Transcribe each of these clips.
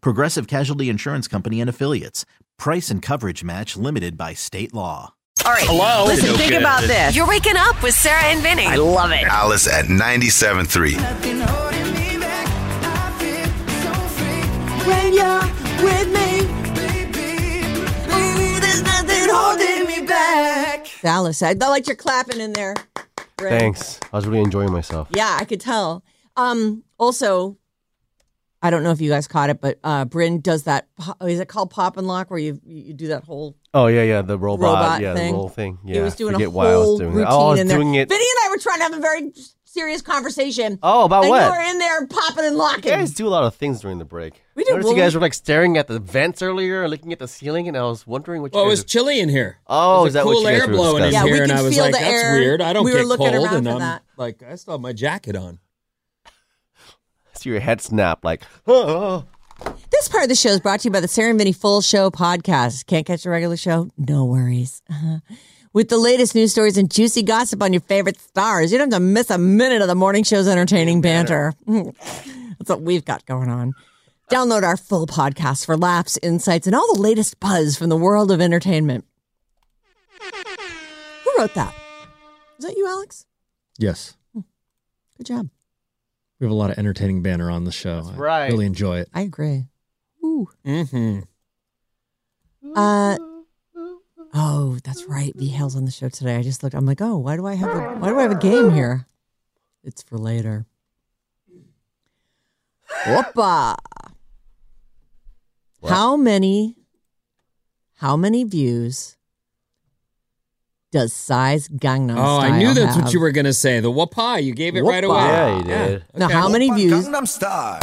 Progressive Casualty Insurance Company and Affiliates. Price and coverage match limited by state law. All right. Hello. Oh, Listen, think about this. You're waking up with Sarah and Vinny. I love it. Alice at 97.3. When you're with me, ooh, there's nothing holding me back. Alice, I, I liked your clapping in there. Great. Thanks. I was really enjoying myself. Yeah, I could tell. Um, also, I don't know if you guys caught it, but uh, Bryn does that. po- Is it called pop and lock where you you do that whole? Oh yeah, yeah, the robot, Robot yeah, thing. the little thing. He Yeah, was doing a forget why I was whole doing routine that. Oh, I was in there. doing it. Vinny and I were trying to have a very serious conversation. Oh, about and what? you were in there popping and You locking. guys do a lot of things during the break. We do, Notice well, you guys we- were like staring at the vents earlier, and looking at the ceiling, and I was wondering what. You Well, it guys was chilly in here. Oh, There's is a that what cool you guys air were blowing in discussing? Yeah, we here? And could I was feel like, the "That's air. weird. I don't We were get looking cold." around And for I'm that. like, I still have my jacket on. were- see your head snap, like. Oh, This part of the show is brought to you by the Sarah and Vinny Full Show podcast. Can't catch a regular show? No worries. Uh-huh. With the latest news stories and juicy gossip on your favorite stars, you don't have to miss a minute of the morning show's entertaining banter. That's what we've got going on. Download our full podcast for laughs, insights, and all the latest buzz from the world of entertainment. Who wrote that? Is that you, Alex? Yes. Good job. We have a lot of entertaining banner on the show. That's right. really enjoy it. I agree. Ooh. Mm-hmm. Uh, oh, that's right. V Hale's on the show today. I just looked. I'm like, oh, why do I have a why do I have a game here? It's for later. Whoopa. How many? How many views does size Gangnam Oh, Style I knew that's what have? you were gonna say. The wapa. You gave it right Whoppa. away. Yeah, you did. Now, Okay. how many views? Gangnam Style.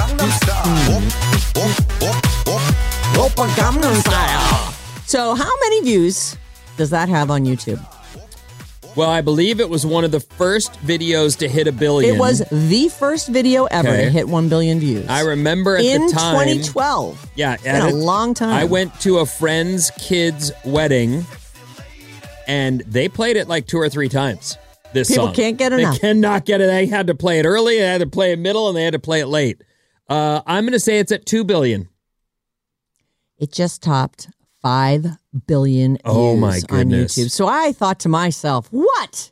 Gangnam Style. So, how many views does that have on YouTube? Well, I believe it was one of the first videos to hit a billion. It was the first video ever to Okay. hit one billion views. I remember at in the time. 2012. Yeah, been at a long time. I went to a friend's kid's wedding, and they played it like two or three times. This People song. can't get enough. They cannot get it. They had to play it early. They had to play it middle, and they had to play it late. Uh, I'm going to say it's at two billion. It just topped 5 billion views Oh, my on goodness. YouTube. So I thought to myself, what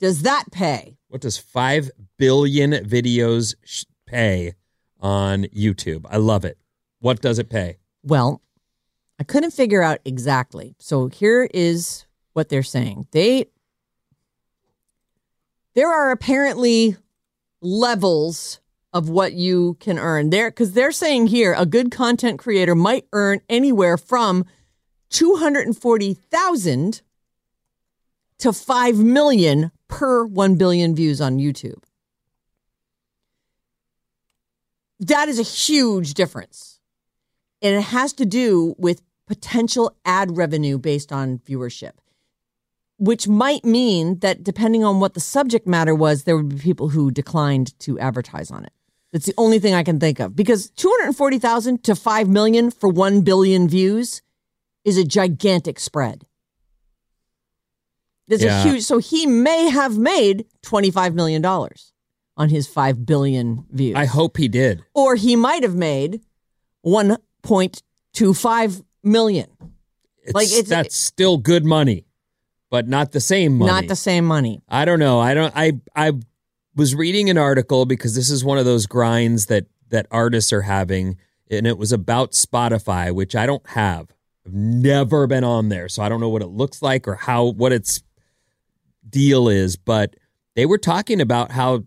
does that pay? What does five billion videos sh- pay on YouTube? I love it. What does it pay? Well, I couldn't figure out exactly. So here is what they're saying. They there are apparently levels of what you can earn there because they're saying here a good content creator might earn anywhere from 240,000 to 5 million per 1 billion views on YouTube. That is a huge difference. And it has to do with potential ad revenue based on viewership, which might mean that depending on what the subject matter was, there would be people who declined to advertise on it. That's the only thing I can think of because 240,000 to 5 million for 1 billion views is a gigantic spread. There's Yeah. a huge, so he may have made $25 million on his 5 billion views I hope he did. or he might have made 1.25 million It's, Like, it's- that's still good money, but not the same money. not the same money I don't know. I don't. I I was reading an article because this is one of those grinds that that artists are having and it was about Spotify, which I don't have. I've never been on there, so I don't know what it looks like or how what its deal is, but they were talking about how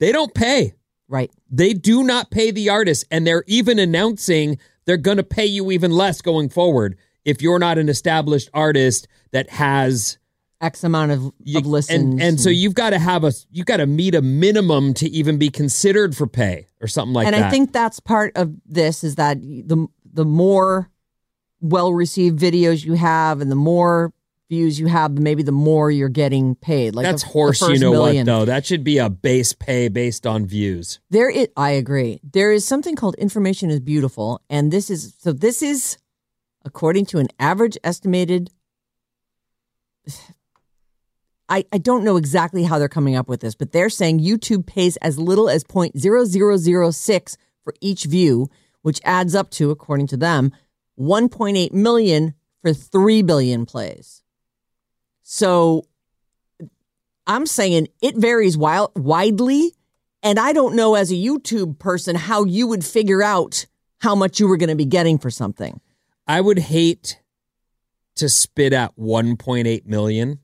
they don't pay. Right. They do not pay the artists, and they're even announcing they're going to pay you even less going forward if you're not an established artist that has X amount of, of listens. and, and so you've got to have a you got to meet a minimum to even be considered for pay or something like and that. I think that's part of this is that the the more well received videos you have and the more views you have, maybe the more you're getting paid. Like that's the, the horse. you first know million. what though? That should be a base pay based on views. There is, I agree. There is something called information is beautiful, and this is so. This is according to an average estimated. I, I don't know exactly how they're coming up with this, but they're saying YouTube pays as little as 0.0006 for each view, which adds up to, according to them, 1.8 million for 3 billion plays. So I'm saying it varies wild, widely. And I don't know as a YouTube person how you would figure out how much you were going to be getting for something. I would hate to spit at 1.8 million.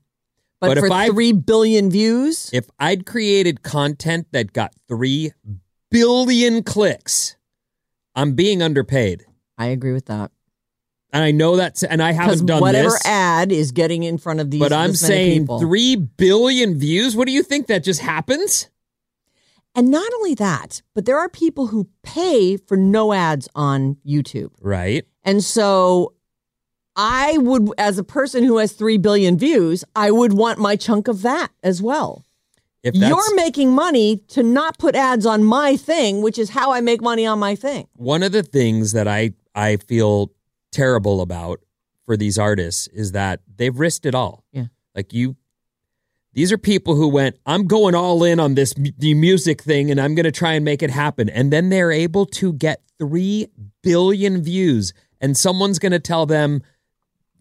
But, But if for I- 3 billion views, If I'd created content that got 3 billion clicks, I'm being underpaid. I agree with that. And I know that's, and I Because haven't done whatever this. ad is getting in front of these but I'm this many saying people. 3 billion views. What do you think that just happens? And not only that, but there are people who pay for no ads on YouTube. Right. And so I would, as a person who has 3 billion views, I would want my chunk of that as well. If that's You're making money to not put ads on my thing, which is how I make money on my thing. one of the things that I I feel terrible about for these artists is that they've risked it all. Yeah. Like you these are people who went, I'm going all in on this mu- the music thing and I'm going to try and make it happen. And then they're able to get 3 billion views and someone's going to tell them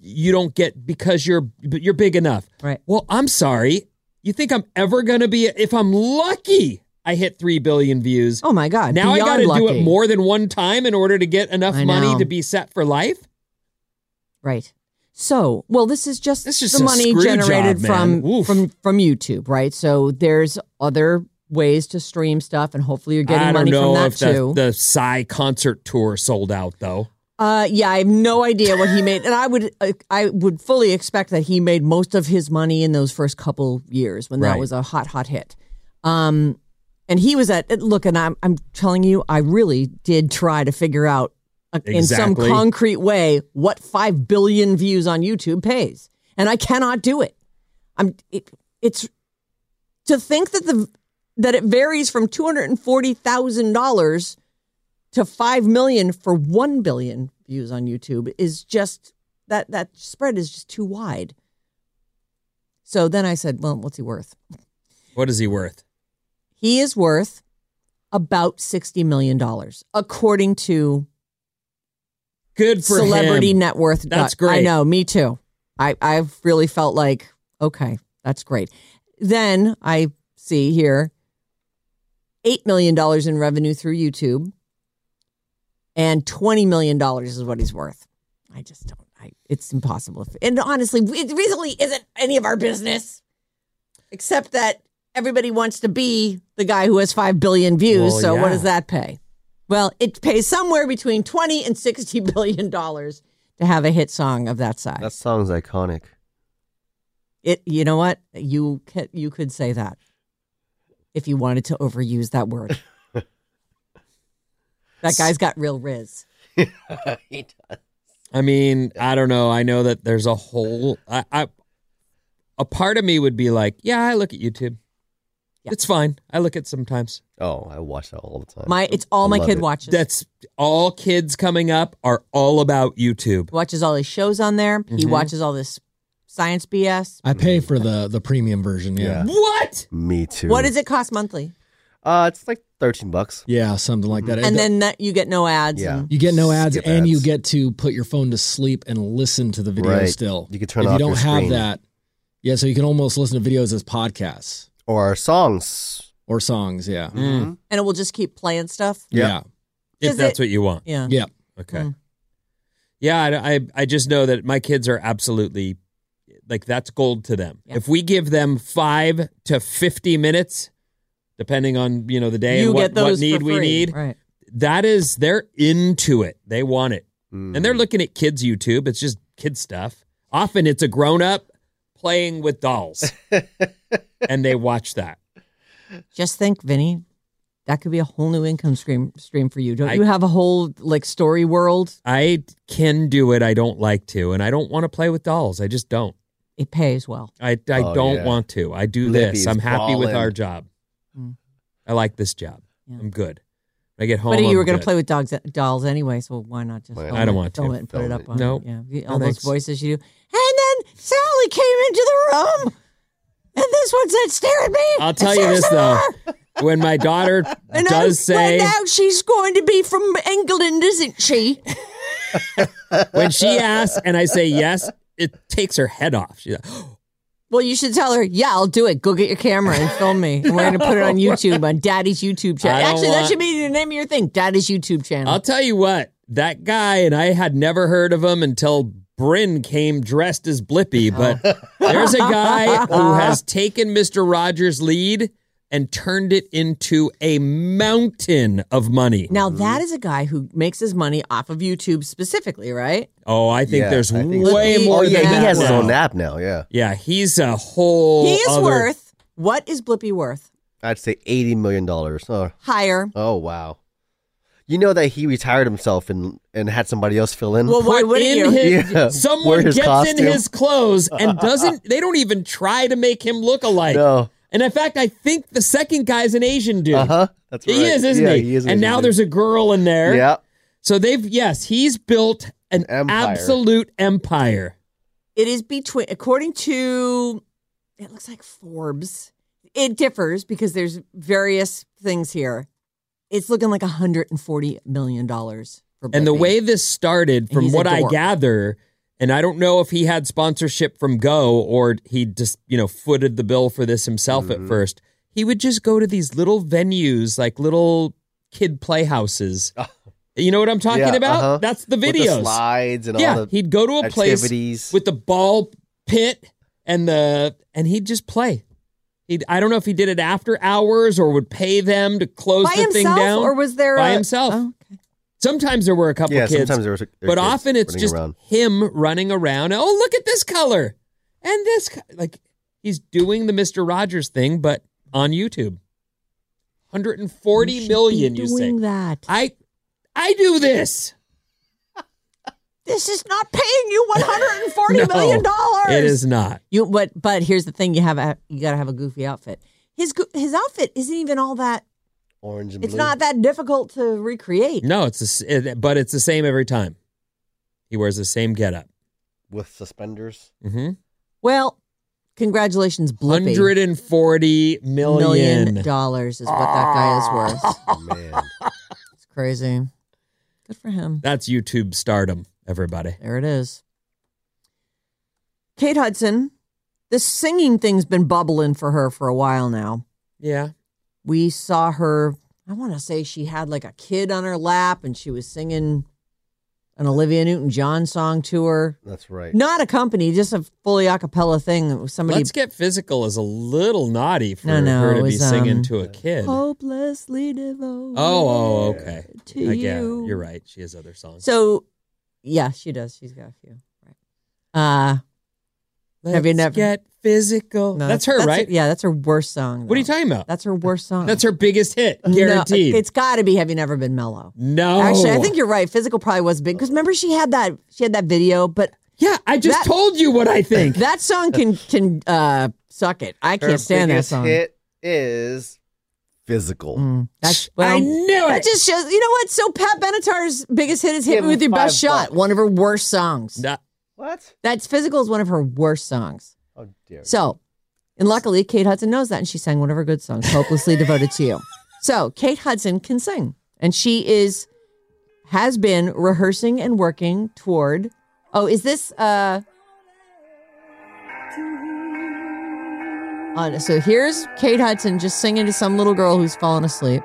you don't get because you're you're big enough. Right. Well, I'm sorry. You think I'm ever going to be if I'm lucky I hit 3 billion views. Oh my God. Now I Beyond got to do lucky. it more than one time in order to get enough I money know. to be set for life. Right. So, well, this is just This is the a money screw generated job, man. from Oof. from from YouTube, right? So there's other ways to stream stuff, and hopefully you're getting I don't money from know that if the, too. the Psy concert tour sold out though. uh, yeah, I have no idea what he made, and I would uh, I would fully expect that he made most of his money in those first couple years when that Right. was a hot hot hit. Um, and he was at look, and I'm I'm telling you, I really did try to figure out uh, in some Exactly. concrete way what five billion views on YouTube pays, and I cannot do it. I'm it, it's to think that the that it varies from two hundred and forty thousand dollars to five million for one billion views on YouTube is just that that spread is just too wide. So then I said, well, what's he worth? What is he worth? He is worth about sixty million dollars, according to Good for celebrity him. net worth. That's I great. know. Me too. I I've really felt like okay, that's great. Then I see here eight million dollars in revenue through YouTube, and twenty million dollars is what he's worth. I just don't. I it's impossible. And honestly, it really isn't any of our business, except that everybody wants to be the guy who has five billion views. Well, so what yeah. does that pay? Well, it pays somewhere between twenty and sixty billion dollars to have a hit song of that size. That song's iconic. It, you know what? You could, you could say that if you wanted to overuse that word. that guy's got real riz. I mean, I don't know. I know that there's a whole. I, I a part of me would be like, yeah, I look at YouTube. Yeah. It's fine. I look at sometimes. Oh, I watch that all the time. My, it's all I my love kid it. watches. That's all. Kids coming up are all about YouTube. watches all his shows on there. He Mm-hmm. watches all this science BS. I pay for the the premium version. Yeah. yeah. What? Me too. What does it cost monthly? Uh, it's like thirteen bucks. something like that. And then that you get no ads. Yeah. and- you get no ads, Skip and you ads. get to put your phone to sleep and listen to the video Right. still. You can turn if off you don't your have screen. that. Yeah, so you can almost listen to videos as podcasts Or songs. Mm-hmm. or songs. Yeah, Mm-hmm. Mm. Mm. and it will just keep playing stuff. Yeah. yeah. If Does that's it- what you want. Yeah. Mm. Yeah. Okay. Yeah, I, I I just know that my kids are absolutely like that's gold to them. Yeah. If we give them five to fifty minutes, depending on you know the day you and what, get those what need for we free. need, Right. that is they're into it. They want it, and they're looking at kids YouTube. It's just kid stuff. Often it's a grown up playing with dolls, and they watch that. Just think, Vinny, that could be a whole new income stream stream for you. Don't I- you have a whole like story world? I can do it. I don't like to, and I don't want to play with dolls. I just don't. It pays well. I, I Oh, don't yeah. want to. I do Libby's this. I'm happy with ballin'. our job. Mm. I like this job. Yeah. I'm good. I get home. But you I'm were going good. to play with dogs, uh, dolls anyway, so why not just? Why not? film I don't it- want to. Film it and put Film it up it. on. Nope. Yeah, You- No, all those thanks. voices you do. And then Sally came into the room, and this one said, "Stare at me." I'll and tell you stare this at though, her." when my daughter And I does say Well, now she's going to be from England, isn't she? when she asks and I say yes, it takes her head off. She's like, Well, you should tell her. Yeah, I'll do it. Go get your camera and film me. And we're going to put it on YouTube on Daddy's YouTube I channel. don't Actually, want- that should be the name of your thing, Daddy's YouTube channel. I'll tell you what, that guy and I had never heard of him until Bryn came dressed as Blippy, but there's a guy who has taken Mr. Rogers' lead and turned it into a mountain of money. Now that is a guy who makes his money off of YouTube specifically, right? Oh, I think Yeah, there's I think so. way Look, he- more Oh yeah, than he that. has his now. own app now. Yeah, Yeah, he's a whole he is other- worth what is Blippy worth? I'd say eighty million dollars. Oh, Higher. oh wow. You know that he retired himself and and had somebody else fill in. Well, why put wouldn't in you? his Yeah. someone Wear his gets in costume. his clothes and doesn't they don't even try to make him look alike. no, And in fact, I think the second guy's an Asian dude. uh huh. That's right. He is, isn't yeah, he? he is and now there's a girl in there. yeah. So they've yes, he's built an Empire. absolute empire. It is between, according to, it looks like Forbes. It differs because there's various things here. It's looking like 140 million dollars. And the way this started, And from he's a what I dork. gather, and I don't know if he had sponsorship from Go or he just, you know, footed the bill for this himself Mm-hmm. at first, he would just go to these little venues, like little kid playhouses. you know what I'm talking Oh. Yeah, about? uh-huh. That's the With the videos. slides and yeah, all the he'd go to a place activities. with the ball pit and the and he'd just play. He'd, I don't know if he did it after hours or would pay them to close by the thing himself, down or was there by a- himself. Oh, Sometimes there were a couple yeah, kids, sometimes there's, there's but kids often it's running just around. him running around. Oh, look at this color and this co-" like he's doing the Mister Rogers thing, but on YouTube. Hundred and forty million. Be You doing say that? I, I do this. This is not paying you 140 million dollars. It is not. You but but here's the thing: you have a you got to have a goofy outfit. His go- his outfit isn't even all that. orange and It's blue. not that difficult to recreate. No, it's the s- it, but it's the same every time. He wears the same getup. with suspenders. Mm-hmm. Well, congratulations, Blippy. Hundred and forty million. Ah. million dollars is what that guy is worth. Man, It's crazy. Good for him. That's YouTube stardom, everybody. There it is. Kate Hudson, this singing thing's been bubbling for her for a while now. Yeah. we saw her i want to say she had like a kid on her lap and she was singing an olivia newton-john song to her that's right. not a company just a fully a cappella thing that was somebody Let's get physical is a little naughty for No, no, her to it be was, singing um, to a kid. Oh, hopelessly devoted oh, okay. to I get it. you You're right. She has other songs. so yeah she does she's got a few right uh Let's have you never- get physical. no, that's her, right? yeah that's her worst song What are you though. talking about? that's her worst song That's her biggest hit, No, guaranteed. No. it's gotta be have you never been mellow Actually, Oh. I think you're right. Physical probably was big because remember she had that she had that video, but Yeah, I just That- told you what I think. that song can can uh suck it. I can't Her stand that biggest song. Hit is physical. Mm, that's well, I knew that it. just shows. You know what? So Pat Benatar's biggest hit is "Hit Give Me with Your him Best five Shot," bucks. one of her worst songs. No, What? That's physical is one of her worst songs. Oh dear. So, and luckily Kate Hudson knows that, and she sang one of her good songs, "Hopelessly Devoted to You." So Kate Hudson can sing, and she is has been rehearsing and working toward. Oh, is this uh? Uh, so here's Kate Hudson just singing to some little girl who's fallen asleep.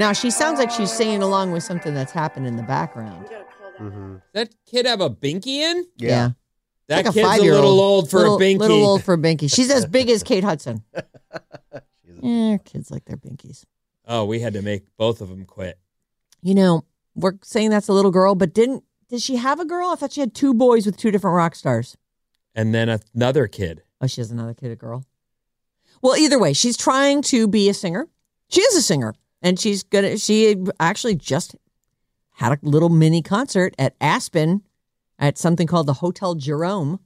Now she sounds like she's singing along with something that's happened in the background. Mm-hmm. That kid have a binky in? Yeah. That Like a kid's a five-year-old. little old for little, a binky. Little old for a binky. She's as big as Kate Hudson. yeah, kids like their binkies. Oh, we had to make both of them quit. You know, we're saying that's a little girl, but didn't did she have a girl? I thought she had two boys with two different rock stars. And then another kid. Oh, she has another kid, a girl. Well, either way, she's trying to be a singer. She is a singer, and she's gonna. She actually just had a little mini concert at Aspen at something called the Hotel Jerome.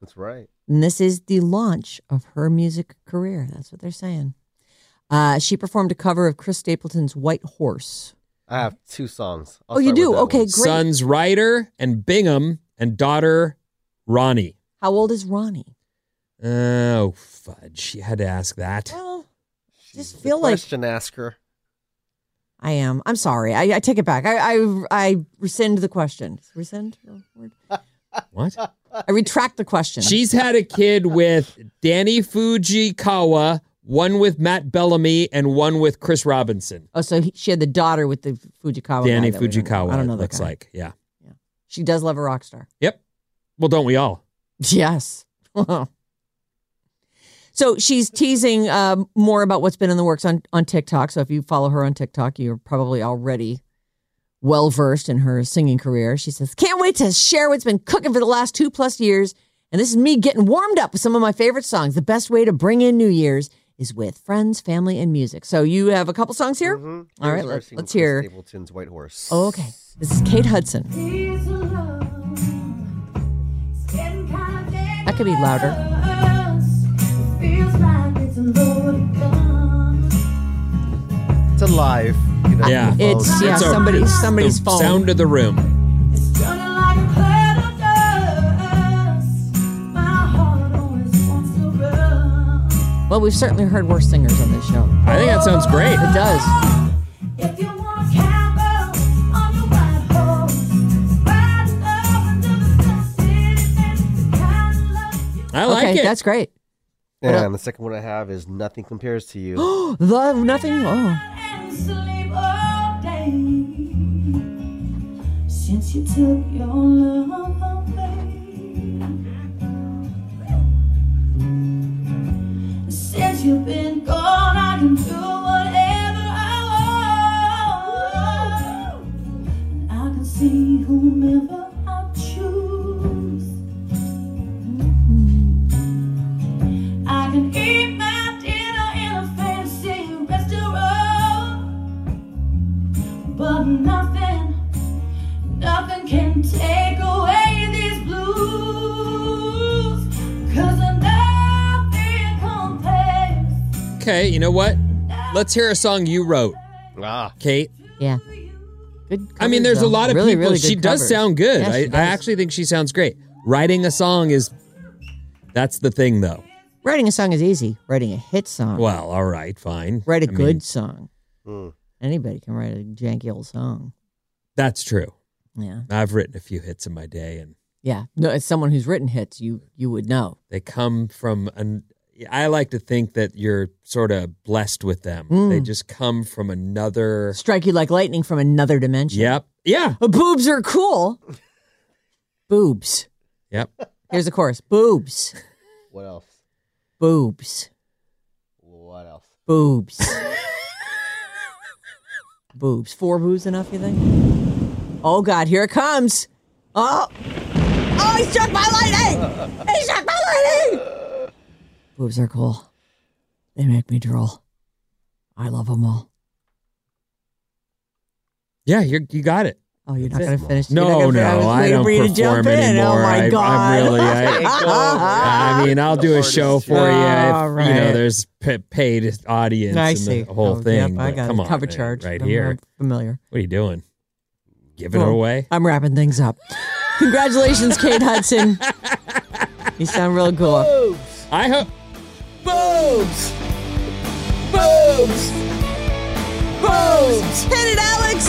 That's right. And this is the launch of her music career. That's what they're saying. Uh, she performed a cover of Chris Stapleton's White Horse. I have two songs. Oh, start you with do? that Okay, one. great. Sons Ryder and Bingham and daughter Ronnie. How old is Ronnie? Oh, fudge. You had to ask that. Well, just The feel like question asker. I am. I'm sorry. I, I take it back. I, I I rescind the question. Rescind? the word? What? I retract the question. She's had a kid with Danny Fujikawa, one with Matt Bellamy, and one asked with Chris Robinson. oh, so he, she had the daughter with the Fujikawa. guy Danny that we don't know. Fujikawa, I don't know it that looks guy. like. Yeah. She does love a rock star. Yep. Well, don't we all? Yes. so she's teasing um, more about what's been in the works on, on TikTok. So if you follow her on TikTok, you're probably already well versed in her singing career. She says, Can't wait to share what's been cooking for the last two plus years. And this is me getting warmed up with some of my favorite songs. The best way to bring in New Year's is with friends, family, and music. So you have a couple songs here? Mhm. All right, Here's our let's- single let's from hear- Stapleton's White Horse. Oh, okay. This is Kate Hudson. That could be louder. It's alive. You know, Yeah. on the It's- phone. yeah. It's a- somebody- it's somebody's the phone. Sound of the room. Well, we've certainly heard worse singers on this show. I think that sounds great. It does. I like okay, it. that's great. Yeah, and the second one I have is Nothing Compares to You. The nothing. Oh, Since you took your love away, since you've been gone, I can do whatever I want. And I can see whomever I choose. Mm-hmm. I can eat my dinner in a fancy restaurant, but nothing, nothing can take away these blues. Cause nothing compares. Okay, you know what? Let's hear a song you wrote, Ah, Kate. yeah. Good. I covers, mean, there's a though. lot of really, people. Really good she does covers. sound good. Yeah, I, she I does. actually think she sounds great. Writing a song is that's the thing, though. writing a song is easy. Writing a hit song. Well, all right, fine. Write a I mean, good song. Anybody can write a janky old song. that's true. Yeah. I've written a few hits in my day, and Yeah. No, as someone who's written hits, you you would know. they come from an. I like to think that you're sort of blessed with them. Hmm. They just come from another. Strike you like lightning from another dimension. Yep. Yeah. Uh, boobs are cool. boobs. Yep. Here's the chorus. Boobs. what else? Boobs. What else? Boobs. boobs. Four boobs enough, you think? Oh God, here it comes. Oh, oh, he struck my lightning! He struck my lightning! Boobs are cool. They make me drool. I love them all. Yeah. You you got it. Oh, you're not gonna finish. you're not No, gonna finish. no, I don't was waiting for you to perform jump in. anymore. Oh I- my I'm God! really- I mean, I'll do a show for you. If, All You know, Ah. right. there's p- paid audience I and see. the whole Oh, thing. Yep, I but got come it. on, cover man, charge right I'm- here. I'm familiar. What are you doing? Giving it Well, away? I'm wrapping things up. Congratulations, Kate Hudson. You sound real cool. I hope. Boobs! Booms! Hit it, Alex!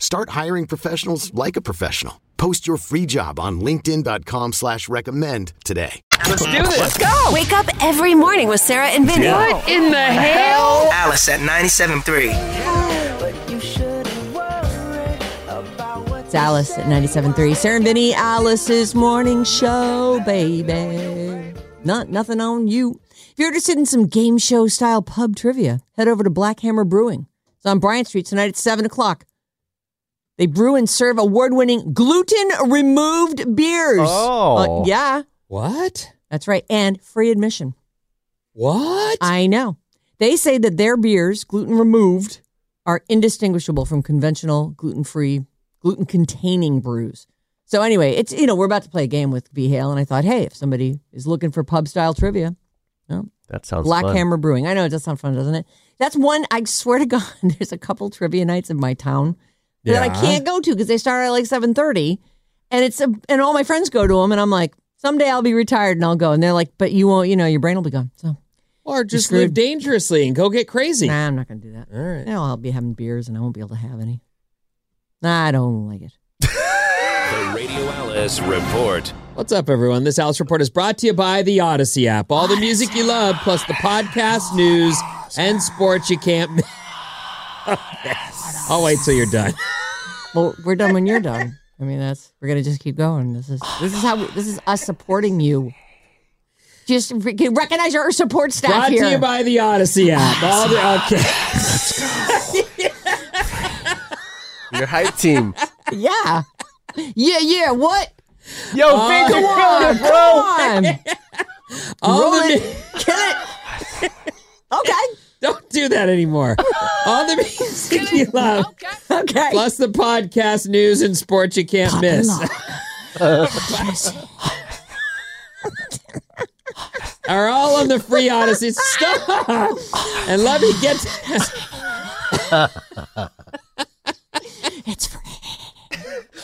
Start hiring professionals like a professional. Post your free job on LinkedIn.com slash recommend today. Let's do this. Let's go. Wake up every morning with Sarah and Vinny. Yeah. What in the hell? Alice at 97.3. It's Alice at 97.3. Sarah and Vinny, Alice's morning show, baby. Not nothing on you. If you're interested in some game show style pub trivia, head over to Black Hammer Brewing. It's on Bryant Street tonight at 7 o'clock. They brew and serve award winning gluten removed beers. Oh. Uh, yeah. What? That's right. And free admission. What? I know. They say that their beers, gluten removed, are indistinguishable from conventional gluten free, gluten containing brews. So, anyway, it's, you know, we're about to play a game with B Hale, and I thought, hey, if somebody is looking for pub style trivia, That sounds Black fun. Hammer Brewing. I know it does sound fun, doesn't it? That's one. I swear to God, there's a couple trivia nights in my town that I Yeah. can't go to because they start at like seven thirty, and it's a, and all my friends go to them, and I'm like, someday I'll be retired and I'll go, and they're like, but you won't, you know, your brain will be gone. So Or just screwed. live dangerously and go get crazy. nah, I'm not gonna do that. All You right. know, I'll be having beers and I won't be able to have any. Nah, I don't like it. The Radio Alice Report. What's up, everyone? This Alice Report is brought to you by the Odyssey app. All the music you love, plus the podcast, news, and sports you can't miss. I'll wait till you're done. Well, we're done when you're done. I mean, that's we're gonna just keep going. This is this is how we, this is us supporting you. Just re- recognize your support staff Brought here. to you by the Odyssey app. All the, okay. Your hype team. Yeah. Yeah, yeah. What? Yo, finger come roll, on, bro. Come on. All Roll the, it. mu- Kill it. Okay. don't do that anymore. All the music you love, Okay. plus the podcast, news, and sports you can't miss. Are all on the free Odyssey. Stop and let me get. To- It's free.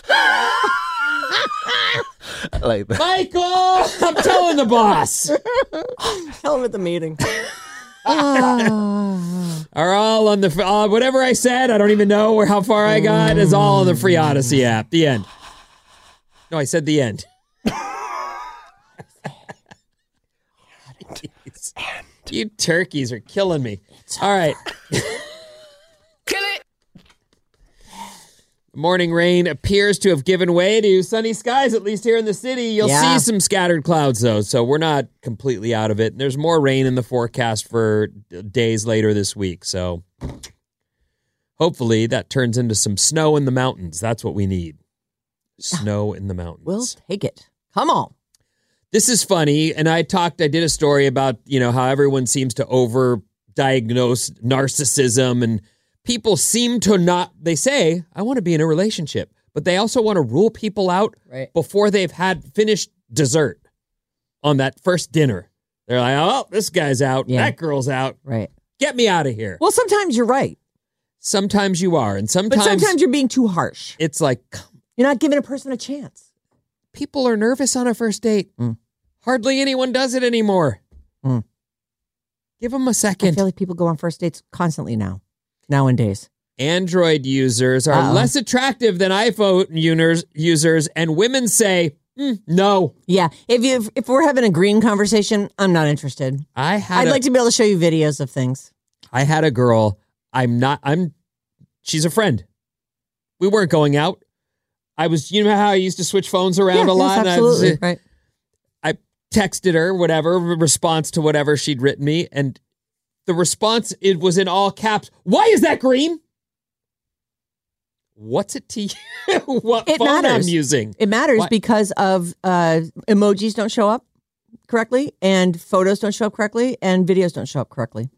I like that. Michael, I'm telling the boss. Tell him at the meeting. Ah. Are all on the uh, whatever I said. I don't even know or how far I got. Is all on the free Odyssey app. The end. No, I said the end. Jeez. you turkeys are killing me. all right. Kill it. Morning rain appears to have given way to sunny skies, at least here in the city. You'll Yeah. see some scattered clouds, though, so we're not completely out of it. And there's more rain in the forecast for d- days later this week, so hopefully that turns into some snow in the mountains. That's what we need snow in the mountains. Ah, we'll take it. Come on. This is funny, and I talked. I did a story about you know how everyone seems to over diagnose narcissism, and people seem to not. They say I want to be in a relationship, but they also want to rule people out Right. before they've had finished dessert on that first dinner. They're like, oh, this guy's out. Yeah. That girl's out. Right. Get me out of here. Well, sometimes you're right. Sometimes you are. And sometimes, sometimes you're being too harsh. It's like You're not giving a person a chance. people are nervous on a first date. Hardly anyone does it anymore. Mm. Give them a I second. feel like people go on first dates constantly now, nowadays. Android users are Uh-oh. less attractive than iPhone uners, users, and women say, "Mm, no. Yeah. If you if we're having a green conversation, I'm not interested. I had I'd a- like to be able to show you videos of things. I had a girl. I'm not. I'm. She's a friend. We weren't going out. I was. You know how I used to switch phones Yeah, around a yes, lot. And I was- absolutely. right. I texted her whatever response to whatever she'd written me, and the response it was in all caps. Why is that green? What's it to you? what It phone matters. I'm using? It matters Why- because of uh, emojis don't show up correctly, and photos don't show up correctly, and videos don't show up correctly.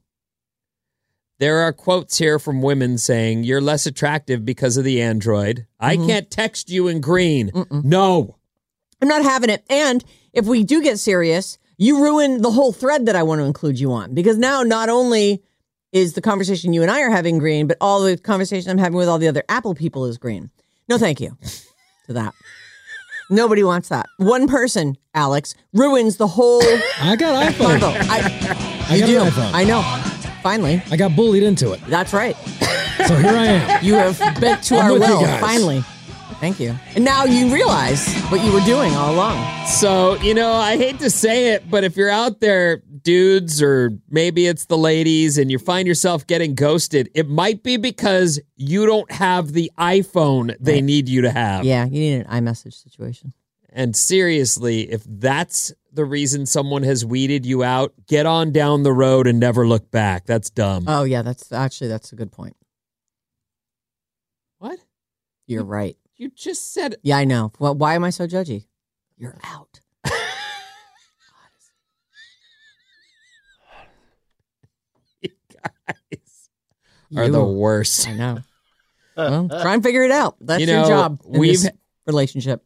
There are quotes here from women saying you're less attractive because of the Android. I Mhm. can't text you in green. No. I'm not having it. And if we do get serious, you ruin the whole thread that I want to include you on because now not only is the conversation you and I are having green, but all the conversation I'm having with all the other Apple people is green. No, thank you to that. Nobody wants that. One person, Alex, ruins the whole. I got iPhone. combo. I, you got do. an iPhone. I know. Finally, I got bullied into it. that's right. So here I am. You have bent to I'm our with you will. guys. Finally, thank you. And now you realize what you were doing all along. So, you know, I hate to say it, but if you're out there, dudes, or maybe it's the ladies, and you find yourself getting ghosted, it might be because you don't have the iPhone they need you to have. Yeah, you need an iMessage situation. And seriously, if that's the reason someone has weeded you out, get on down the road and never look back. That's dumb. Oh yeah, that's actually that's a good point. what? You're Hmm. right. You just said Yeah, I know. Well, why am I so judgy? You're out. you guys are the You. worst. I know. Well, try and figure it out. That's You know, your job. In we've- this relationship.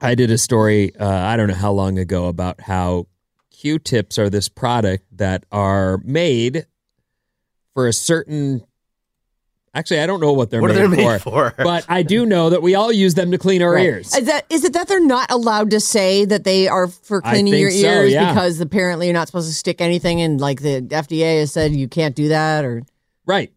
I did a story, uh, I don't know how long ago, about how Q tips are this product that are made for a certain. Actually, I don't know what they're, What are made, they made for? but I do know that we all use them to clean our Right. ears. Is that is it that they're not allowed to say that they are for I cleaning think your so, ears yeah. because apparently you're not supposed to stick anything in like the FDA has said you can't do that or Right.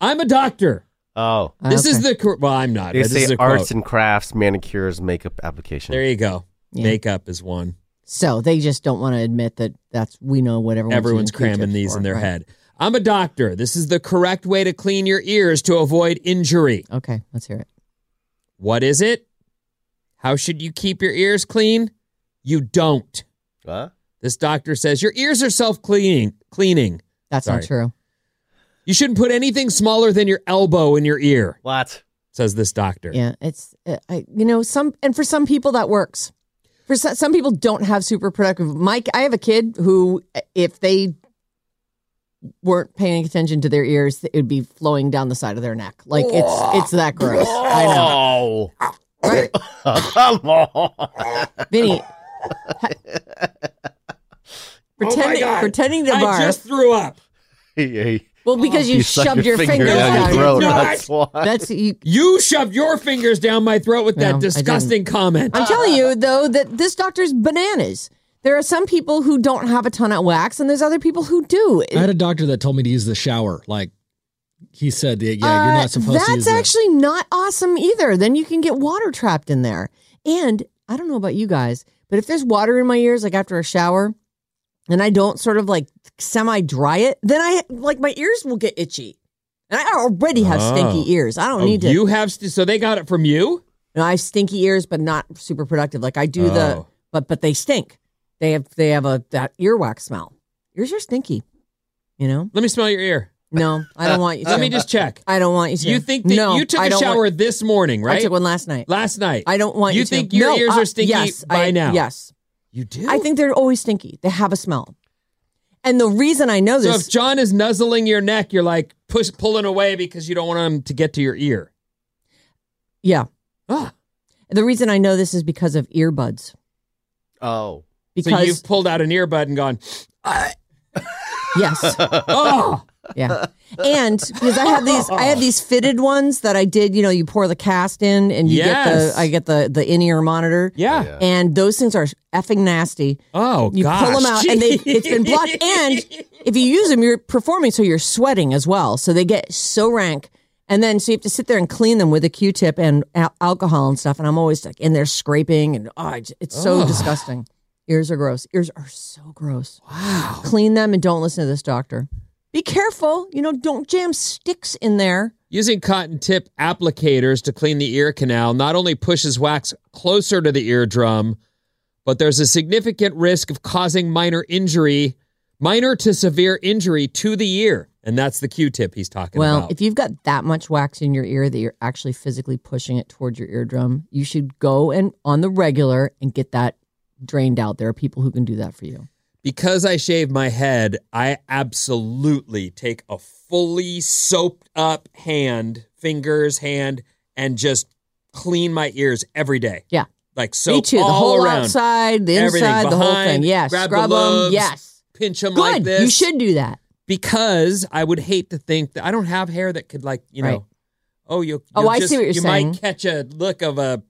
I'm a doctor. Oh, Uh, This is okay. the. cor- Well, I'm not. they but this is say a arts quote. and crafts, manicures, makeup application. There you go. Yeah. Makeup is one. so they just don't want to admit that that's we know what everyone's, Everyone's using Q-tips cramming these for, in their right. head. I'm a doctor. This is the correct way to clean your ears to avoid injury. Okay, let's hear it. What is it? How should you keep your ears clean? You don't. Huh? This doctor says your ears are self cleaning. Cleaning. That's Sorry. not true. You shouldn't put anything smaller than your elbow in your ear, What? says this doctor. Yeah, it's uh, I, you know some and for some people that works. For some, some people don't have super productive. Mike, I have a kid who uh, if they weren't paying attention to their ears, it would be flowing down the side of their neck. Like it's it's that gross. I know. Oh, Right. come on! Vinny. ha- pretending Oh God. pretending to I barf. just Oh. threw up. well, because you, suck shoved your, finger fingers down your throat. No, That's why. That's you You shoved your fingers down my throat with No, I that disgusting comment. Ah, I'm telling you, though, that this doctor's bananas. There are some people who don't have a ton of wax, and there's other people who do. I had a doctor that told me to use the shower. Like he said, that, yeah, you're Uh, not supposed That's to use the- actually not awesome either. Then you can get water trapped in there. And I don't know about you guys, but if there's water in my ears, like after a shower, and I don't sort of like semi dry it, then I like my ears will get itchy. And I already have Oh. stinky ears. I don't Oh, need to. You have st- so they got it from you. No, I have stinky ears, but not super productive. Like I do the, Oh. but but they stink. They have they have a that earwax smell. Yours are stinky. You know? Let me smell your ear. No, I don't want you. To. Let me just check. I don't want you. To. You think that Uh, no, you took I a don't shower Want, this morning, right? I took one last night. last night. I don't want you. You to. think your No, ears I- are stinky yes, by I, now? Yes, you do. I think they're always stinky. They have a smell. And the reason I know so. this, If John is nuzzling your neck, you're like push pulling away because you don't want him to get to your ear. yeah, Ah, Ah, the reason I know this is because of earbuds. Oh, so because you've pulled out an earbud and gone. yes. oh. Yeah. and because I have these, I have these fitted ones that I did. You know, you pour the cast in, and you get Yes. the, I get the the in ear monitor. Yeah. Yeah. and those things are effing nasty. Oh, you pull them out, gosh. and they it's been blocked. And if you use them, you're performing, so you're sweating as well. So they get so rank, and then so you have to sit there and clean them with a Q-tip and al- alcohol and stuff. And I'm always like in there scraping, and oh, it's it's so Ugh. disgusting. Ears are gross. Ears are so gross. Wow. Clean them and don't listen to this doctor. Be careful. You know, don't jam sticks in there. Using cotton tip applicators to clean the ear canal not only pushes wax closer to the eardrum, but there's a significant risk of causing minor injury, minor to severe injury to the ear. And that's the Q tip he's talking Well, about. if you've got that much wax in your ear that you're actually physically pushing it towards your eardrum, you should go and on the regular and get that drained out. There are people who can do that for you. because I shave my head, I absolutely take a fully soaped up hand, fingers, hand, and just clean my ears every day. Yeah. Like Me soap too. The all whole around. outside, the Everything inside, the whole behind, thing. Yes. grab the Scrub them. lobes, Yes. pinch them Good. like this. You should do that. because I would hate to think that I don't have hair that could like you know. Right. Oh, you'll. Oh, you'll I see just- what you're you saying. might catch a look of a.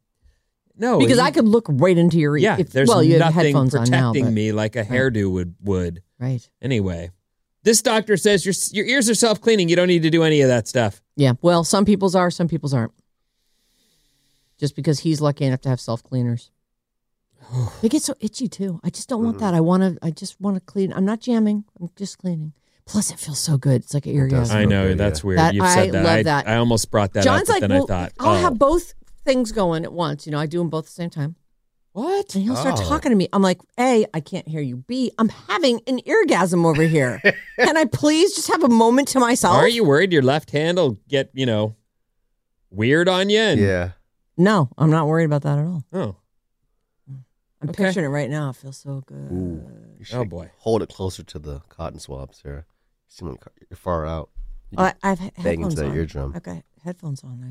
No, because Oh, you- I could look right into your ear. Yeah, if- there's well, you have nothing headphones on protecting now. but- me like a hairdo would would. Right. Anyway, this doctor says your your ears are self cleaning. You don't need to do any of that stuff. Yeah. Well, some people's are, some people's aren't. Just because he's lucky enough to have self cleaners. they get so itchy too. I just don't want Mm-hmm. that. I want to. I just want to clean. I'm not jamming. I'm just cleaning. Plus, it feels so good. It's like an orgasm. I know that's weird. That- You've I said that. love I, that. I almost brought that John's up, like, but then well, I thought, I'll oh, have both things going at once. You know, I do them both at the same time. What? And he'll start Oh. talking to me. I'm like, A, I can't hear you. B, I'm having an orgasm over here. Can I please just have a moment to myself? Are you worried your left hand will get you know weird on you? And, yeah. No, I'm not worried about that at all. Oh. I'm Okay. picturing it right now. It feels so good. Oh boy. Hold it closer to the cotton swab, Sarah. You seem like you're far out. You Oh, I, just I've had bang headphones into that on. eardrum. I've got headphones on, I,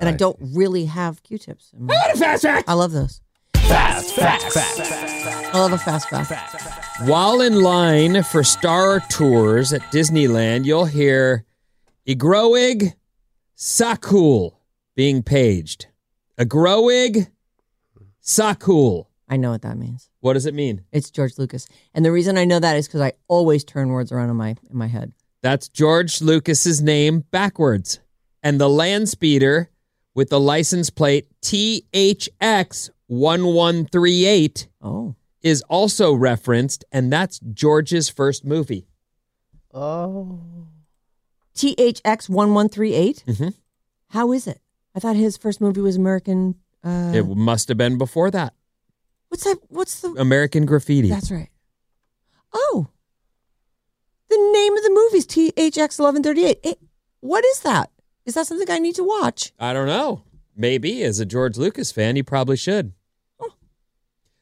and I, I don't really have Q-tips. In my, I want a fast fact. I love those. Fast facts. I love a fast fact. While in line for Star Tours at Disneyland, you'll hear Igroig Sakul being paged. Igroig Sakul. I know what that means. What does it mean? It's George Lucas, and the reason I know that is because I always turn words around in my in my head. That's George Lucas's name backwards. And the land speeder with the license plate THX 1138 oh. is also referenced, and that's George's first movie. Oh. THX one one three eight. Mm-hmm. How is it? I thought his first movie was American. Uh, it must have been before that. what's that? What's the? American Graffiti. That's right. Oh, the name of the movie is THX eleven thirty eight. It- What is that? Is that something I need to watch? I don't know. Maybe as a George Lucas fan, you probably should.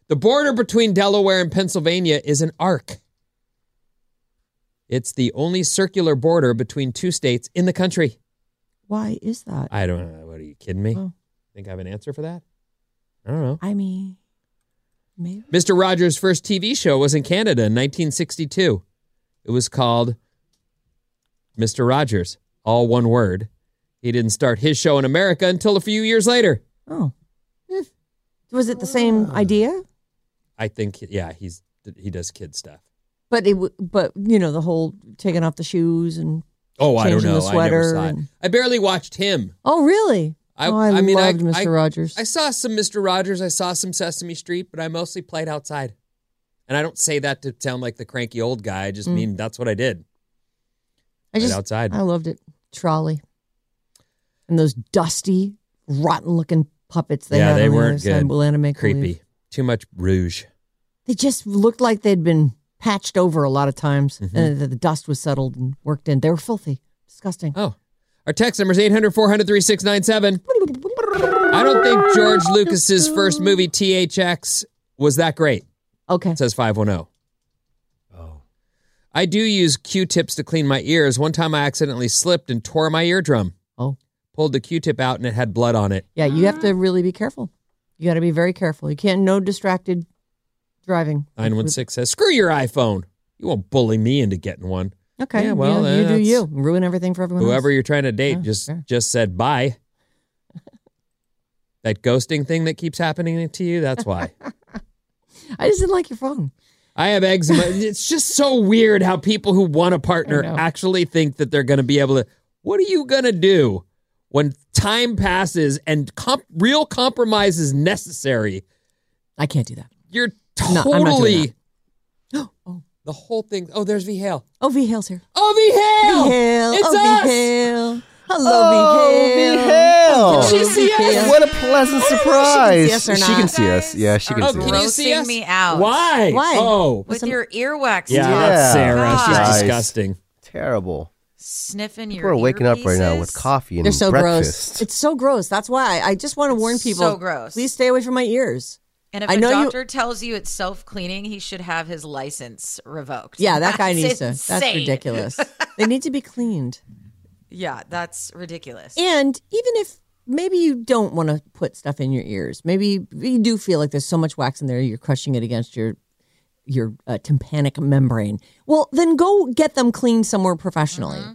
The border between Delaware and Pennsylvania is an arc. It's the only circular border between two states in the country. Why is that? I don't know. What are you kidding me? Oh. Think I have an answer for that? I don't know. I mean, maybe. Mr. Rogers' first TV show was in Canada in 1962. It was called Mr. Rogers, all one word. He didn't start his show in America until a few years later. Oh. Was it the same Ah. idea? I think, yeah, he's he does kid stuff. But it, w- but you know, the whole taking off the shoes and Oh, I don't changing know. the sweater. I never saw it. and- I barely watched him. oh, really? oh, I, mean, loved Mr. Rogers. I saw some Mr. Rogers. I saw some Sesame Street, but I mostly played outside. And I don't say that to sound like the cranky old guy. I just Mm. mean that's what I did. I just outside. I loved it. Trolley and those dusty, rotten-looking puppets they yeah, had they on the weren't other side, good. Will animate Creepy. believe. Too much rouge. They just looked like they'd been patched over a lot of times, Mm-hmm. and the, the dust was settled and worked in. They were filthy, disgusting. Oh, Our text number is 800 400 3697. I don't think George Lucas's first movie, THX, was that great. Okay. It says 510. Oh. Oh. I do use Q tips to clean my ears. One time I accidentally slipped and tore my eardrum. Oh. Pulled the Q tip out and it had blood on it. yeah, you have to really be careful. You got to be very careful. You can't no distracted Driving. 916 says, screw your iPhone. You won't bully me into getting one. Okay. Yeah, well, you, you do that's- you. Ruin everything for everyone Whoever else. you're trying to date Yeah, just fair. just said bye. that ghosting thing that keeps happening to you, that's why. I just didn't like your phone. I have eczema. it's just so weird how people who want a partner actually think that they're going to be able to. What are you going to do when time passes and comp- real compromise is necessary? I can't do that. You're No, I'm not totally doing the whole thing. Oh, there's V Hale. Oh, V Hale's here. Oh, V Hale. V Hale. It's oh, us. V Hale. Hello, Oh, V Hale. V. Hale. Hello, Did she see V. Hale. us? What a pleasant surprise. us or She not. can see us. Yeah, she can Oh, see can us. you see Grossing us? me out. Why? Why? Oh, With your earwax. yeah, on. that's Yeah. Sarah. She's Christ. disgusting. Terrible. Sniffing your People are waking up right now earpieces. with coffee and They're so breakfast. gross. It's so gross. That's why I just want to warn people. so gross. Please stay away from my ears. And if I a know you- doctor tells you it's self cleaning, he should have his license revoked. Yeah, that guy That's needs to. That's insane. ridiculous. they need to be cleaned. Yeah, that's ridiculous. And even if maybe you don't want to put stuff in your ears, maybe you do feel like there's so much wax in there, you're crushing it against your your uh, tympanic membrane. Well, then go get them cleaned somewhere professionally. Mm-hmm.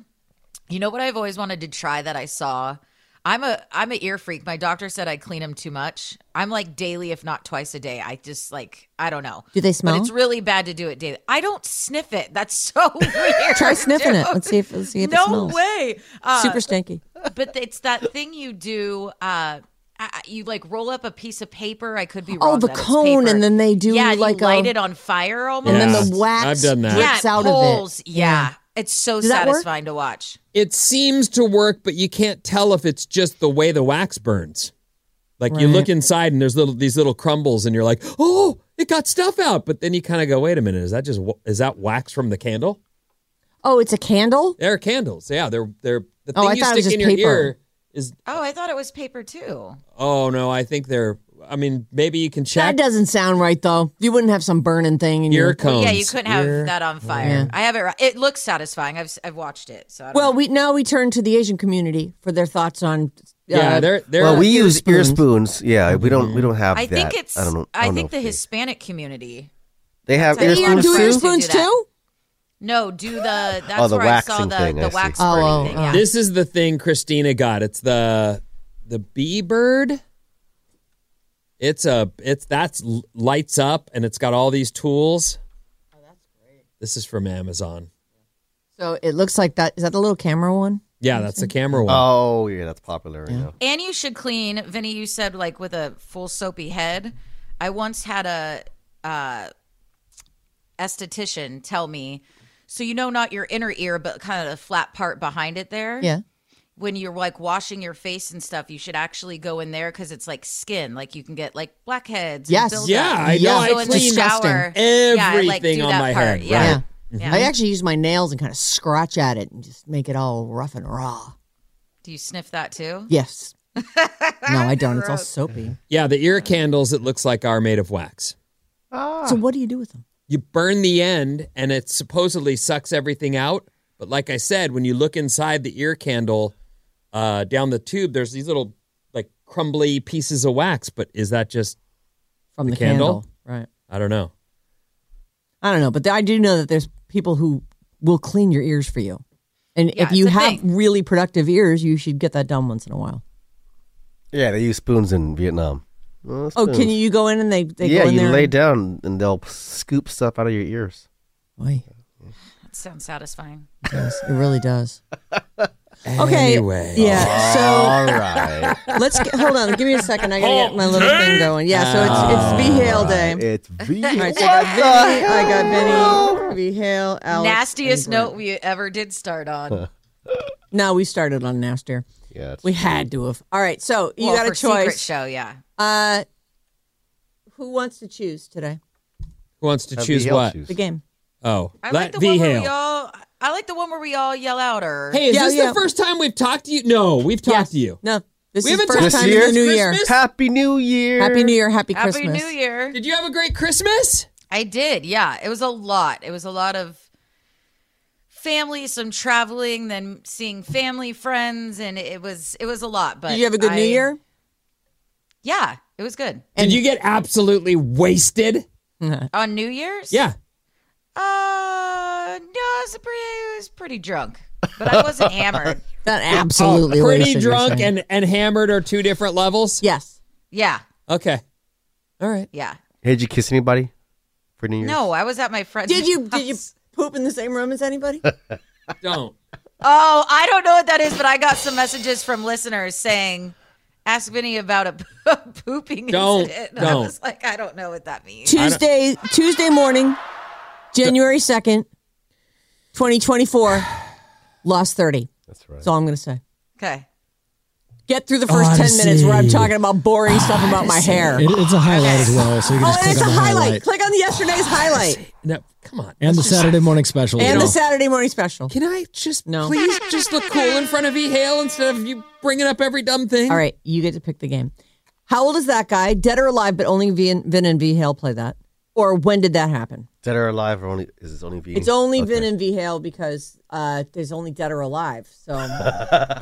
You know what I've always wanted to try that I saw. I'm a I'm a ear freak. My doctor said I clean them too much. I'm like daily, if not twice a day. I just like I don't know. Do they smell? But it's really bad to do it daily. I don't sniff it. That's so weird. Try sniffing it. dude. Let's see if let's see if no it smells. way. Uh, Super stinky. but it's that thing you do. Uh, I- you like roll up a piece of paper. I could be wrong. Oh, the that it's cone, paper. and then they do yeah, like you light a, it on fire almost. and then Yeah, the wax I've done that. drips yeah, out pulls. of it. Yeah. it's so Does that work? satisfying to watch. It seems to work, but you can't tell if it's just the way the wax burns. Like you look inside and there's little these little crumbles, and you're like, oh, it got stuff out. But then you kind of go, wait a minute, is that just wa- is that wax from the candle? Oh, it's a candle. They're candles. Yeah, they're they're the Oh, thing I you thought it stick was in just your paper. ear is. Oh, I thought it was paper too. Oh no, I think they're. I mean, maybe you can That check doesn't sound right though. You wouldn't have some burning thing in ear your cones. Yeah, you couldn't have Ear- that on fire. Yeah. I have it. ri- It looks satisfying. I've s- I've watched it. So I don't Well, know. we now we turn to the Asian community for their thoughts on. Uh, Yeah, they're they're. well, we ear use ear spoons. spoons. Yeah, we don't we don't have I that. think it's. I don't know. I, don't think know the if they- Hispanic community. They have That's ear how You spoons do Ear ear too. spoons. spoons do that. too? No, do the. That's Oh, the where I saw waxing the thing, I the see. wax Oh, burning oh, thing. oh. Yeah. This is the thing Christina got. It's the the bee bird. It's a it's that's l- lights up and it's got all these tools. Oh, that's great. This is from Amazon. So it looks like that. Is that the little camera one? Yeah, that's the camera one. Oh yeah, that's popular right now. And you should clean, Vinny. You said like with a full soapy head. I once had a uh, esthetician tell me, so you know, not your inner ear, but kind of the flat part behind it there. Yeah. When you're like washing your face and stuff, you should actually go in there because it's like skin. Like you can get like blackheads. and Yes. buildup. Yeah, I Yeah. know. So I in the cleaned disgusting. shower. Yeah, I, like, do everything on that my part. head. Yeah. Right. Yeah. I actually use my nails and kind of scratch at it and just make it all rough and raw. Do you sniff that too? Yes. no, I don't. It's all soapy. Yeah, the ear candles. It looks like are made of wax. So what do you do with them? you burn the end and it supposedly sucks everything out but like i said when you look inside the ear candle uh, down the tube there's these little like crumbly pieces of wax but is that just From The the, candle? Right. i don't know I don't know, but I do know that there's people who will clean your ears for you. And Yeah, if you it's a have thing. really productive ears, you should get that done once in a while. Yeah, they use spoons in Vietnam. Oh, can you, you go in and they, they yeah, go in you there lay and- down and they'll scoop stuff out of your ears. Oy, That sounds satisfying. yes, it really does. Okay. anyway Yeah. So All right, Let's get, hold on. Give me a second. I gotta get my little thing going. Yeah. So it's it's V Hale day. it's V. All right, so I What the got Vinny. I hell? got Vinny. V Hale. Alex. Nastiest and Brett. note we ever did start on. No, we started on nastier. Yeah, it's We had to have. All right. So you Well, got a for Secret choice. show, yeah. Uh, who wants to choose today? who wants to Have choose the L what shoes. The game. oh I let like the thee one where hail. we all. I like the one where we all yell out or. hey is Yeah, this yeah. the first time we've talked to you no we've talked Yes. to you No. This We is haven't first talked time in the since new year. Christmas? Happy New Year. Happy New Year. Happy Happy Christmas. New Year! did you have a great christmas I did, yeah. It was a lot. It was a lot of family, some traveling, then seeing family, friends, and it was it was a lot. But Did you have a good I- New Year? Yeah, it was good. did you get absolutely wasted Uh, on New Year's? Yeah. Uh, no, I was pretty, I was pretty drunk, but I wasn't hammered. That absolutely Oh, what pretty you're drunk saying. and, and hammered are two different levels? Yes. Yeah, Okay. All right. yeah. Hey, did you kiss anybody for New Year's? No, I was at my friend's. Did you did you poop in the same room as anybody? Don't. Oh, I don't know what that is, but I got some messages from listeners saying, "Ask Vinny about a p- pooping Don't, incident." And I don't. was like, I don't know what that means. Tuesday Tuesday morning, January second, twenty twenty four, lost thirty. That's right. That's all I'm gonna say. Okay. Get through the first ten Odyssey. minutes where I'm talking about boring stuff about my hair. It- it's a highlight as well, so you can Oh, just and click it's a on the highlight. highlight. Click on the yesterday's highlight No, come on. And the Saturday morning special. and you the know. Saturday morning special. Can I just No. please just look cool in front of E Hale instead of you bringing up every dumb thing? All right, you get to pick the game. How old is that guy? Dead or alive? But only Vin, Vin and V Hale play that. Or when did that happen? Dead or alive, or only is it only V? It's only Okay. Vin and V Hale because uh, there's only Dead or Alive. So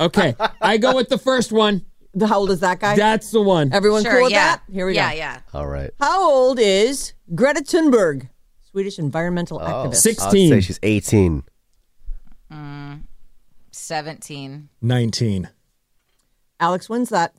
Okay. I go with the first one. the how old is that guy? That's the one. Everyone Sure, cool with yeah. that? Here we yeah, go. yeah. All right. How old is Greta Thunberg, Swedish environmental activist? I'd say she's 18. Seventeen. 19. Alex wins that.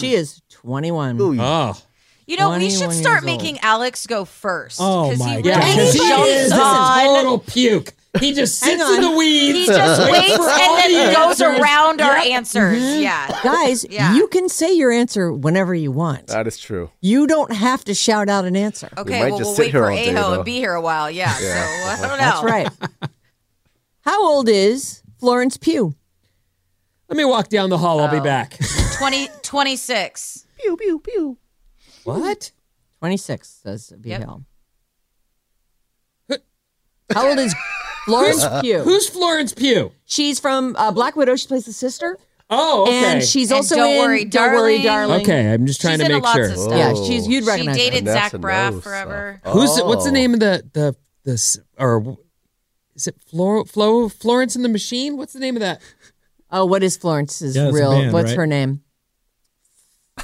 She is 21. Oh. You know, we should 21 start years old. making Alex go first. Oh 'cause my he God. really Because he jumps is on. Total puke. He just Hang sits in on. the weeds. He just waits for all and the then goes answers. around our Yep. answers. Mm-hmm. Yeah. Guys, Yeah. you can say your answer whenever you want. That is true. You don't have to shout out an answer. Okay, might well, just we'll sit wait here for all day, Aho though. and be here a while. Yeah, so I don't know. That's right. How old is Florence Pugh? Let me walk down the hall. I'll be back. 20, 26. Pew, pew, pew. What? 26, says V Yep. Hale. How old is Florence Pugh? Who's Florence Pugh? She's from uh, Black Widow. She plays the sister. Oh, okay. And she's And also Don't in Worry, Don't Worry, Darling. Darling. okay. I'm just trying She's in to make lots sure. of stuff. Yeah, she's you'd recognize She dated her. Zach Vanessa Braff knows forever. Who's what's the name of the the the s- or is it Flor, Flo Florence and the Machine? What's the name of that? Oh, what is Florence's Yeah, it's a real? band, what's right? her name?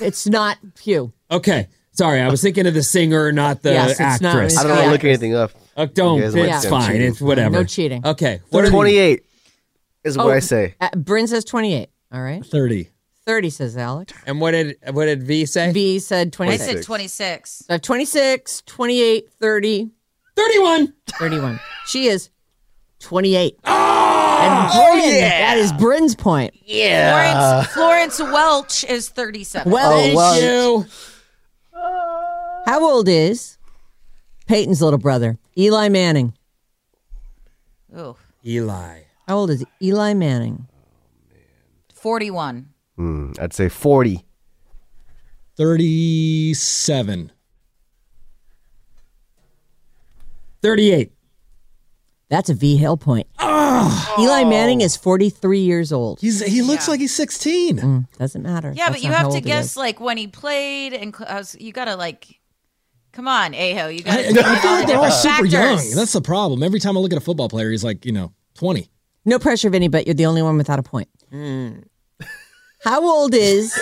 It's not Pugh. Okay, sorry, I was thinking of the singer, not the Yes, it's not- actress. I don't want to look anything up. Uh, don't. You guys want It's to fine. cheat. It's whatever. No cheating. Okay. What are the, 28 is Oh. what I say. Uh, Bryn says 28. All right. 30. 30 says Alex. and what did what did V say? V said Uh, I 26. said 26. So I have 26, 28, 30, Thirty-one. 31. she is 28. and Bryn, that is Bryn's point. Ah. Florence, Florence Welch is 37. Well, Thank you. how old is Peyton's little brother, Eli Manning? Ooh, Eli. How old is Eli Manning? 41. Hmm, I'd say 40. 37. Thirty-eight. That's a V Hale point. Eli Manning is 43 years old. He's he looks Yeah. like he's 16. Mm, doesn't matter. Yeah, That's but you not how have to old he guess is. like when he played and cl- I was, you got to like come on, Aho, you got I, to I feel like they're all super young. That's the problem. Every time I look at a football player, he's like, you know, 20. No pressure, Vinny, but you're the only one without a point. How old is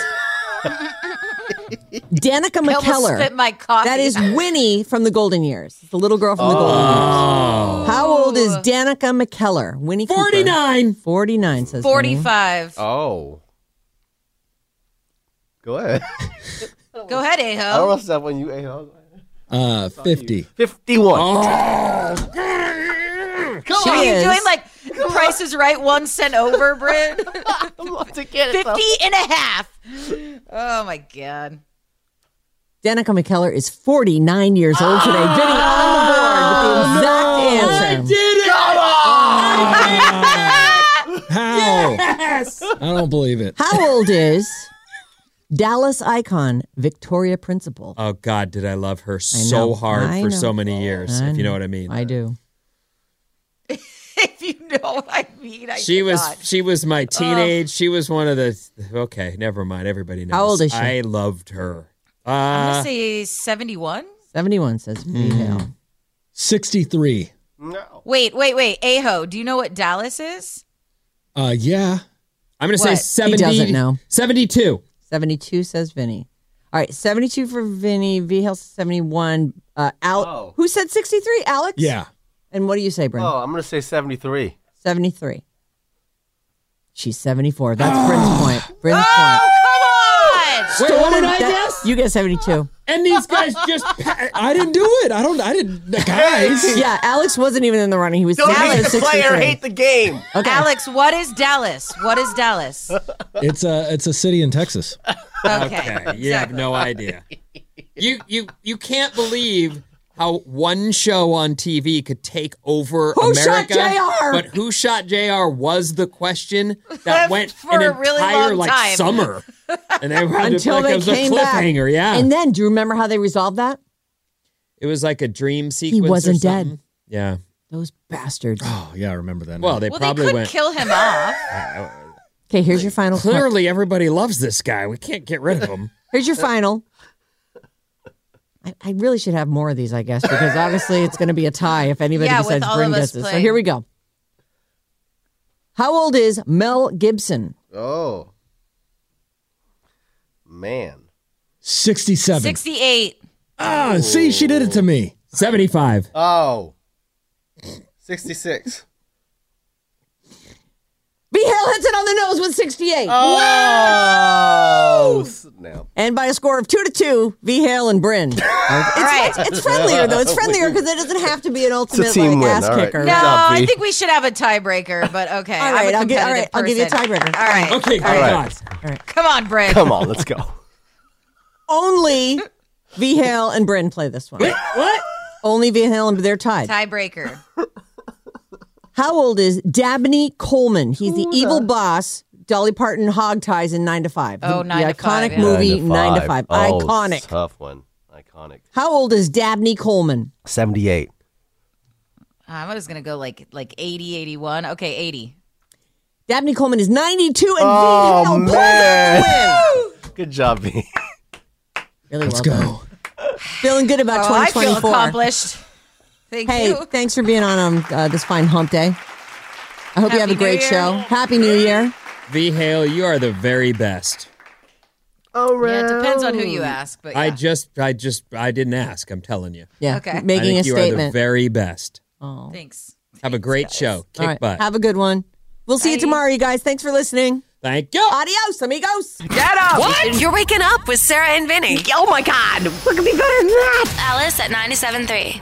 Danica I almost McKellar? spit my coffee. That is Winnie from the Golden Years, the little girl from the Golden Years. How old is Danica McKellar? Winnie Cooper. Forty-nine. 49 says Winnie. 45. Oh. Go ahead. Oh. Go ahead, I don't know Aho. if that one you ate. huh? Uh 50. 51. She She you is. doing like Price is Right one cent over, Bryn? I'm about to get 50 and a half. Oh my God. Danica McKellar is 49 years old today. Vinny on the board with the exact answer. How? I don't believe it. How old is Dallas icon Victoria Principal? Oh God, did I love her I so know. hard I for know. so many years? I if you know what I mean. I do. If you know what I mean, I she was cannot. she was my teenage. She was one of the. Okay, never mind. Everybody knows. How old is she? I loved her. I'm Uh, gonna say 71. 71 says female. 63. Wait, wait, wait. Aho, do you know what Dallas is? Uh yeah. I'm going to say What? 70. doesn't know. 72. 72 says Vinny. All right, 72 for Vinny. V Hale 71. Uh, Al, who said 63? Alex? Yeah. And what do you say, Bryn? Oh, I'm going to say 73. 73. She's 74. That's Bryn's point. Bryn's Oh! point. Wait, what did I that- guess? You guess 72. And these guys just. Pa- I didn't do it. I don't. I didn't. The guys. yeah, Alex wasn't even in the running. He was Don't he hate was the player, 63. hate the game. Okay. Alex, what is Dallas? What is Dallas? It's a it's a city in Texas. Okay. You have no idea. You you you can't believe how one show on TV could take over Who shot America. JR? But who shot Jr. was the question that went For an a really entire long like time. summer, and they had to, Until like, they it was came a back. cliffhanger. Yeah, And then, do you remember how they resolved that? it was like a dream sequence. or wasn't dead. something. Yeah. Those bastards. Oh yeah, I remember that. Well, they Well, they probably could went. kill him off. Okay, here's your final. clip. Clearly, everybody loves this guy. We can't get rid of him. Here's your final. I, I really should have more of these, I guess, because obviously it's going to be a tie if anybody Yeah, with decides all Bryn of us gets this. So playing. here we go. How old is Mel Gibson? Oh. Man. 67. 68. Ah, see, she did it to me. 75. Oh. 66. B. Hale hits it on the nose with 68. Oh. Snap. And by a score of two to two, V. Hale and Bryn. it's, much- it's friendlier though. It's friendlier because it doesn't have to be an ultimate team like win. ass All right. kicker. Good No, job, I B. think we should have a tiebreaker, but okay. All I'm right, a I'll gi- all competitive right, I'll give you a person. tiebreaker. All right. Okay, All right. guys. Come on, Brett. Come on, let's go. Only V. Hale and Bryn play this one. What? Only V. Hale and they're tied. Tiebreaker. How old is Dabney Coleman? He's the evil boss. Dolly Parton hog ties in Nine to Five. Oh, The- Nine the to Five, iconic yeah. movie Nine to Five. Oh, iconic. Tough one. Iconic. How old is Dabney Coleman? 78. Ah, I'm just going to go like like 80, 81. Okay, 80. Dabney Coleman is 92 and Oh, V Hale pulls out man. the win. Good job, B. Really Let's go. Feeling good about Oh, I feel 2024. accomplished. Thank hey, you. thanks for being on um, uh, this fine hump day. I hope you have Happy a great New Year. show. Happy New Year. V. Hale, you are the very best. Oh, Yeah, it depends on who you ask, but Oh, yeah. I just, I just, I didn't ask. I'm telling you. Yeah. Okay. I Making think a you are the statement. very best. Oh. Thanks. Have a great show. Kick All right. butt. Have a good one. We'll see you tomorrow, you guys. Thanks for listening. Thank you. Adios, amigos. Get up! What? You're waking up with Sarah and Vinny. Oh my god, what could be better than that? Alice at 97.3.